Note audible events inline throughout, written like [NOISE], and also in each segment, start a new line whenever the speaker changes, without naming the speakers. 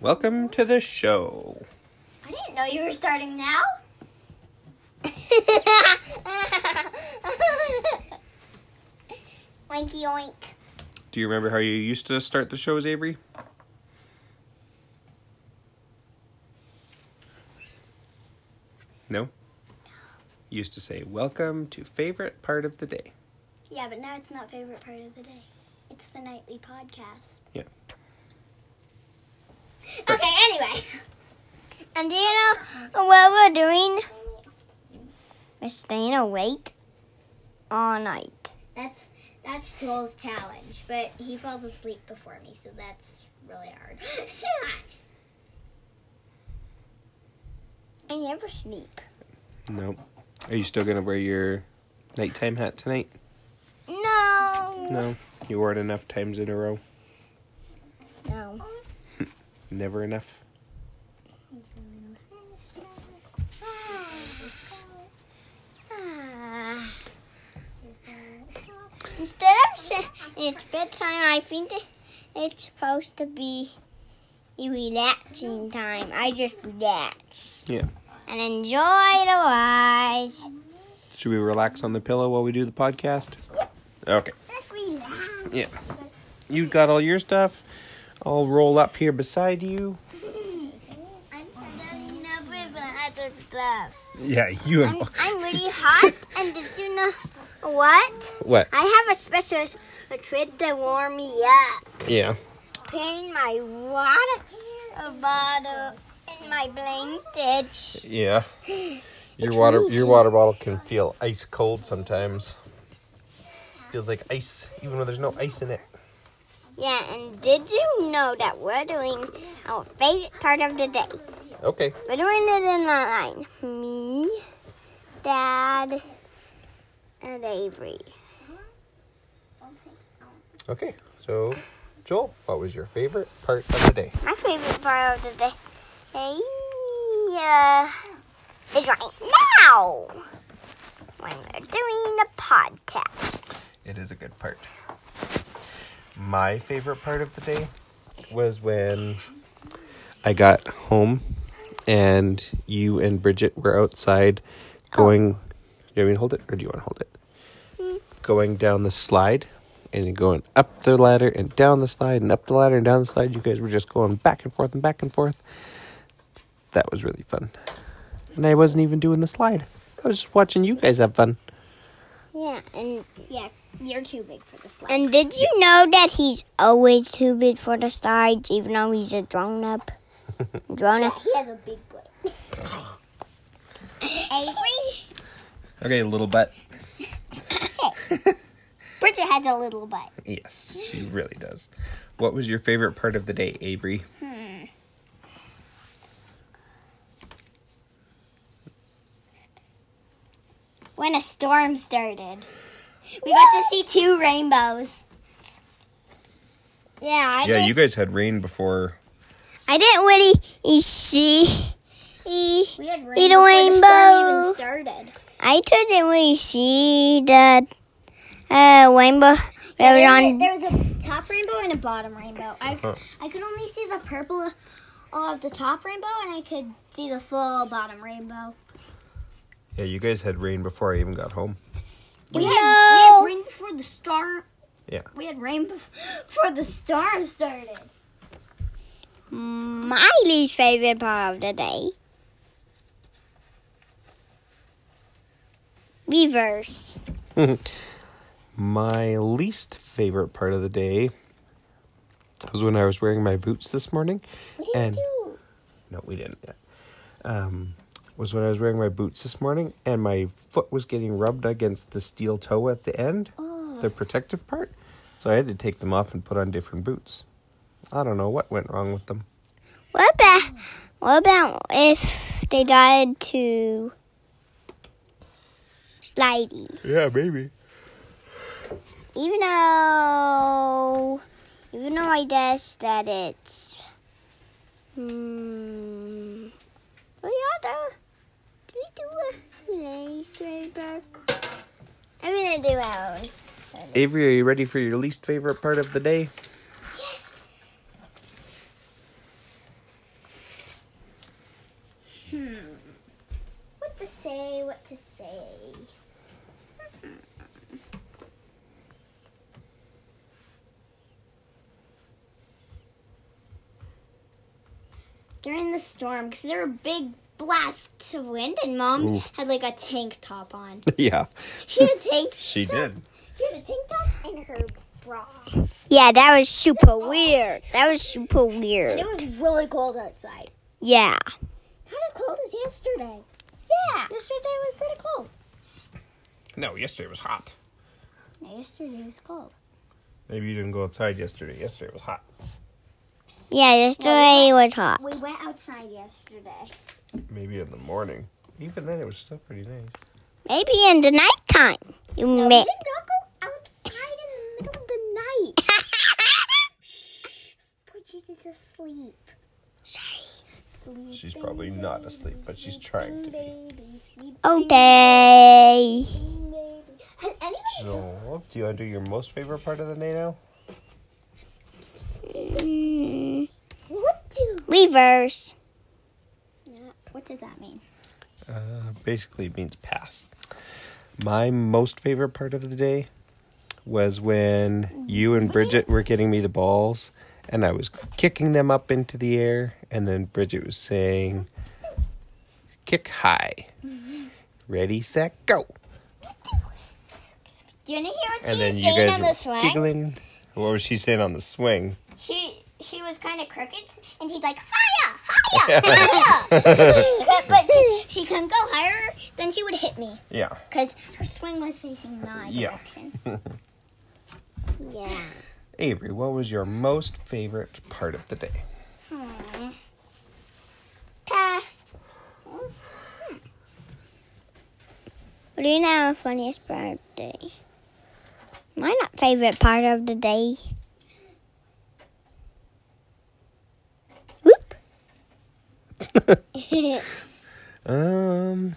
Welcome to the show.
I didn't know you were starting now. Oinky oink.
Do you remember how you used to start the shows, Avery? No? You used to say, Welcome to favorite part of the day.
Yeah, but now it's not favorite part of the day. It's the nightly podcast.
Yeah.
Okay, anyway. And do you know what we're doing? We're staying awake all night.
That's that's Joel's challenge, but he falls asleep before me, so that's really hard.
[LAUGHS] I never sleep.
No. Are you still going to wear your nighttime hat tonight?
No.
No. You wore it enough times in a row.
No.
Never enough.
[SIGHS] Instead of saying it's bedtime, I think it- it's supposed to be relaxing time. I just relax
Yeah.
and enjoy the ride.
Should we relax on the pillow while we do the podcast? Okay.
Let's relax.
Yeah. You've got all your stuff. I'll roll up here beside you.
I'm starting up with lots of stuff.
Yeah, you
I'm, I'm really hot, and did you know what?
[LAUGHS] What?
I have a special s- a treat to warm me up.
Yeah.
Putting my water bottle in my blanket.
Yeah. Your water your water bottle can feel ice cold sometimes. Feels like ice even when there's no ice in it.
Yeah, and did you know that we're doing our favorite part of the day?
Okay.
We're doing it in a line. Me, Dad, and Avery.
Okay. So, Joel, what was your favorite part of the day?
My favorite part of the day uh, is right now when we're doing the podcast.
It is a good part. My favorite part of the day was when I got home and you and Bridget were outside going. Do you want me to hold it or do you want to hold it? Going down the slide and then going up the ladder and down the slide and up the ladder and down the slide. You guys were just going back and forth and back and forth. That was really fun. And I wasn't even doing the slide, I was just watching you guys have fun.
Yeah, and
yeah, you're too big for this slide.
and did you know that he's always too big for the sides, even though he's a grown
[LAUGHS]
up? Grown up.
he has a big butt. Avery,
Okay, little butt.
Bridget has a little butt.
Yes, she really does. What was your favorite part of the day, Avery?
When a storm started, we got to see two rainbows.
Yeah, I
Yeah, you guys had rain before.
I didn't really see.
We had rainbows.
rainbow before the
the storm even started.
I didn't really see the uh, rainbow that was on
There was a top rainbow and a bottom rainbow. I, I could only see the purple of the top rainbow, and I could see the full bottom rainbow.
Yeah, you guys had rain before I even got home.
We, had,
No.
we had rain before the storm.
Yeah.
We had rain bef- [LAUGHS] before the storm started.
my least favorite part of the day. Beavers.
My least favorite part of the day was when I was wearing my boots this morning. We didn't and
do-
No, we didn't. Yeah. Um, was when I was wearing my boots this morning and my foot was getting rubbed against the steel toe at the end, the protective part. So I had to take them off and put on different boots. I don't know what went wrong with them.
What about what about if they died to slidey?
Yeah, maybe.
Even though even though I guess that it's hmm we other do we do a least favorite part? I'm gonna do our own.
Avery, are you ready for your least favorite part of the day?
Yes.
Hmm. What to say? What to say?
During the storm, because there were big blasts of wind, and Mom
Ooh.
had like a tank top on.
[LAUGHS] yeah,
She had a tank.
she did.
She had a tank top and her bra.
Yeah, that was super weird. That was super weird.
It was really cold outside.
Yeah.
How cold is yesterday?
Yeah.
Yesterday was pretty cold.
No, yesterday was hot.
No, yesterday was cold.
Maybe you didn't go outside yesterday. Yesterday was hot.
Yeah, yesterday was hot.
We went outside yesterday.
Maybe in the morning. Even then, it was still pretty nice.
Maybe in the nighttime. You
No,
may.
we did not go outside in the middle of the night. Bridget is asleep. Sleeping
She's probably not asleep, but she's trying to be.
baby, sleeping
okay.
baby. Has anybody
So, do you want to do your most favorite part of the day now?
Mm,
what do?
reverse.
What does that mean?
Uh, basically it means past. My most favorite part of the day was when you and Bridget were getting me the balls and I was kicking them up into the air and then Bridget was saying kick high. Ready, set, go.
Do you want to hear what
And then
was
you
saying
guys were giggling. What was she saying on the swing?
She she was kind of crickets, and she's like, "Hiya,
[LAUGHS]
hiya, hiya!" but she, she couldn't go higher.
Then she would hit me
Yeah.
because her swing was facing my
Yeah. [LAUGHS]
direction.
Yeah.
Avery, what was your most favorite part of the day?
Pass. What do you know the funniest part of the day? My not favorite part of the day. Whoop.
Um,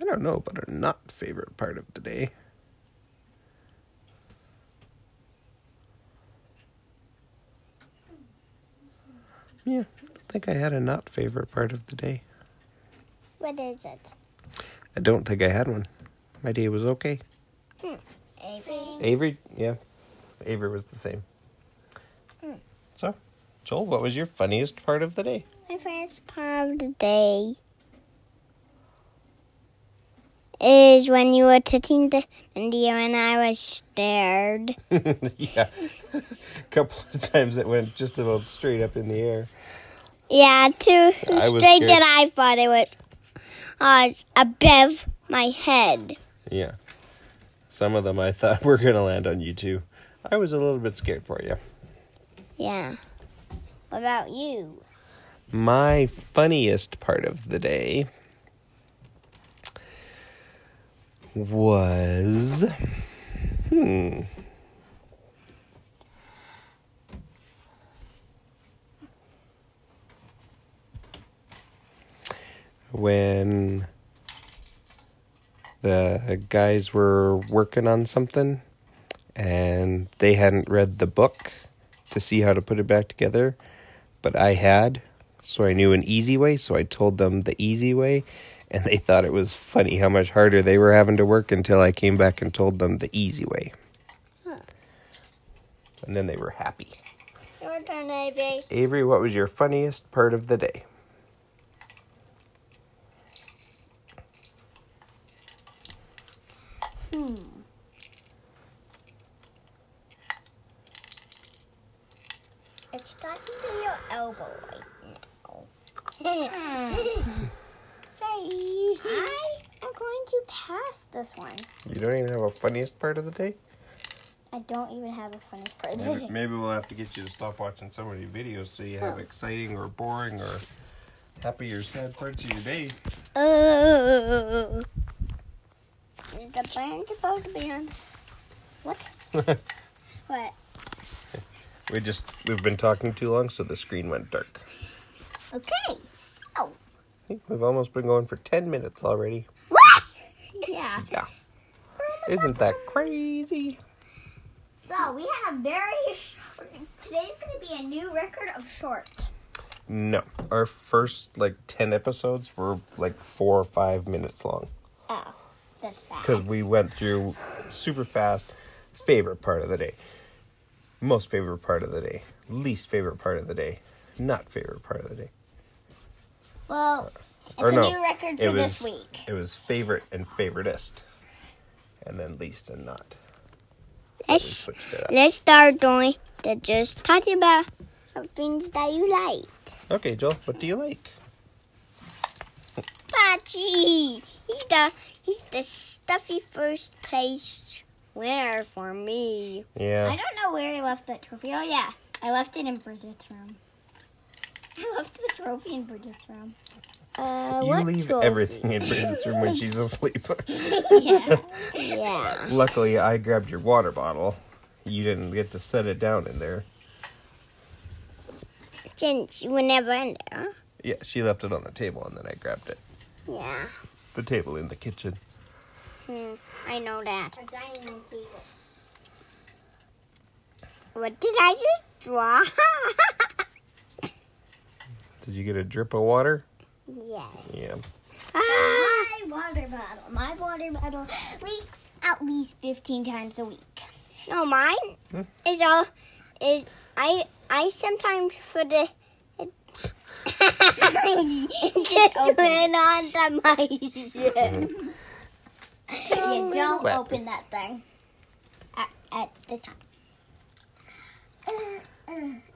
I don't know about a not favorite part of the day. Yeah, I don't think I had a not favorite part of the day.
What is it?
I don't think I had one. My day was okay. Avery, yeah, Avery was the same. Hmm. So, Joel, what was your funniest part of the day?
My favorite part of the day is when you were touching the India and I was stared.
[LAUGHS] yeah. A couple of times it went just about straight up in the air.
Yeah, too
I was
straight
scared.
that I thought it was uh, above my head.
Yeah. Some of them I thought [LAUGHS] were going to land on you too. I was a little bit scared for you.
Yeah. What about you?
My funniest part of the day was. Hmm. When the guys were working on something and they hadn't read the book to see how to put it back together, but I had, so I knew an easy way, so I told them the easy way, and they thought it was funny how much harder they were having to work until I came back and told them the easy way. And then they were happy.
Your turn, Avery.
Avery, what was your funniest part of the day?
It's talking to your elbow right now. Hmm.
[LAUGHS] Sorry. I am going to pass this one.
You don't even have a funniest part of the day?
I don't even have a funny part.
Maybe, maybe we'll have to get you to stop watching so many videos so you have exciting or boring or happy or sad parts of your day.
Oh. Is the brand supposed to be on? What? [LAUGHS] what?
We just, we've been talking too long, so the screen went dark.
Okay, so.
I think we've almost been going for 10 minutes already.
Yeah.
Yeah. Isn't that crazy?
So we had a very short. Today's going to be a new record of short.
No. Our first like 10 episodes were like 4 or 5 minutes long
Oh, that's bad.
cuz we went through super fast favorite part of the day. Most favorite part of the day, least favorite part of the day, not favorite part of the day.
Well, it's
Or
a
no,
new record
it
for this
was-
week.
It was favorite and favoritist. And then least and not.
Let's
switched it up.
let's start doing the just talking about the things that you liked.
Okay, Joel, what do you like?
Pachi, he's the he's the stuffy first place winner for me.
Yeah.
I don't know where I left that trophy. Oh yeah, I left it in Bridget's room. [LAUGHS] I left the trophy in Bridget's room.
Uh,
You
what
leave
trophy?
everything in Bridget's room when she's
[LAUGHS]
asleep.
Yeah.
Yeah.
Luckily, I grabbed your water bottle. You didn't get to set it down in there.
[LAUGHS] Since you were never in there.
Yeah, she left it on the table and then I grabbed it.
Yeah.
The table in the kitchen.
Hmm, I know that.
Our dining room table.
What did I just
[LAUGHS]
draw?
Did you get a drip of water?
yes.
Yeah.
Ah,
My water bottle. My water bottle leaks at least 15 times a week.
no, mine is all is I I sometimes for
[LAUGHS]
the just went on to myself.
[LAUGHS] you don't
Well-
open that thing at, at the time.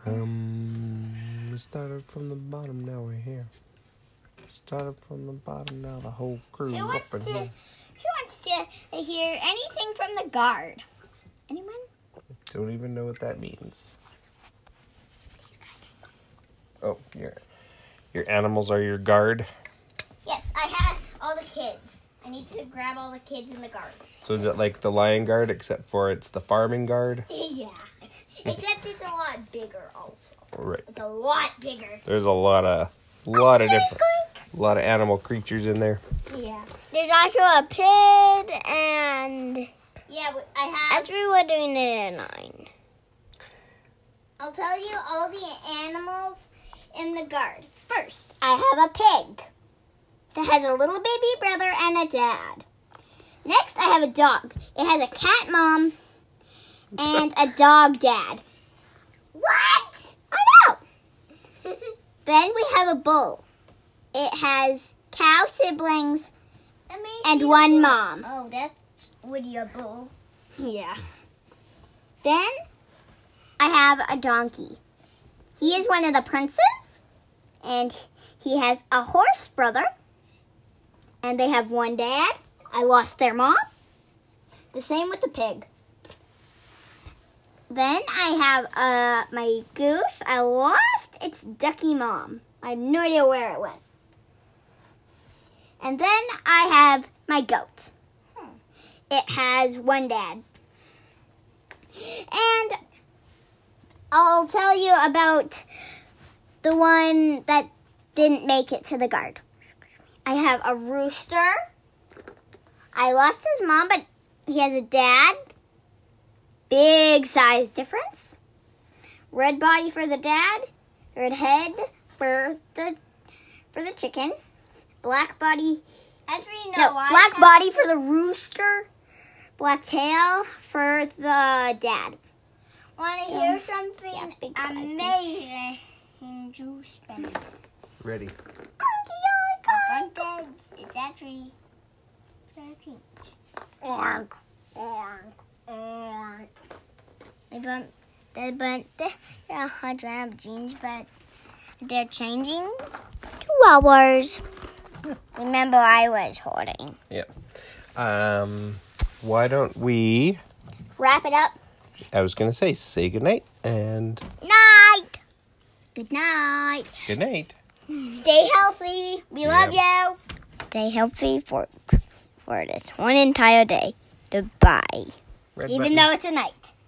Um, we started from the bottom, now we're here. Started from the bottom, now the whole crew
Who
up
wants
in
to?
here.
Who wants to hear anything from the guard? Anyone?
Don't even know what that means.
These guys.
Oh, your your animals are your guard.
Yes, I had all the kids. I need to grab all the kids in the guard. [LAUGHS]
So is it like the lion guard, except for it's the farming guard?
yeah. Except it's a lot bigger. Also,
Right.
it's a lot bigger.
There's a lot of lot of different a lot of animal creatures in there.
Yeah.
There's also a pig, and
Yeah. we- I have.
actually we're doing it at nine.
I'll tell you all the animals in the guard. First, I have a pig that has a little baby brother and a dad. Next, I have a dog. It has a cat mom and a dog dad. What? I know.
[LAUGHS]
then we have a bull. It has cow siblings and one mom.
Oh, that's with your bull.
[LAUGHS] Yeah. Then I have a donkey. He is one of the princes, and he has a horse brother, and they have one dad. I lost their mom. The same with the pig. Then I have uh, my goose. I lost its ducky mom. I have no idea where it went. And then I have my goat. It has one dad. And I'll tell you about the one that didn't make it to the guard. I have a rooster. I lost his mom, but he has a dad. Big size difference. Red body for the dad, red head for the for the chicken, black body
Actually,
no, black body for the rooster, black tail for the dad.
Want to
hear
something
Yeah, big size. amazing? Juice
Ready.
It's actually 13.
Org, org, org. They bought, they bought, they're a hundred of jeans, but they're changing two hours. Remember, I was holding.
Yeah. Um, why don't we?
Wrap it up.
I was gonna say say goodnight and
Night.
Good night.
good night.
Stay healthy. We
love
you. Stay healthy for for this one entire day. Goodbye.
Red
Even
button.
though it's a night.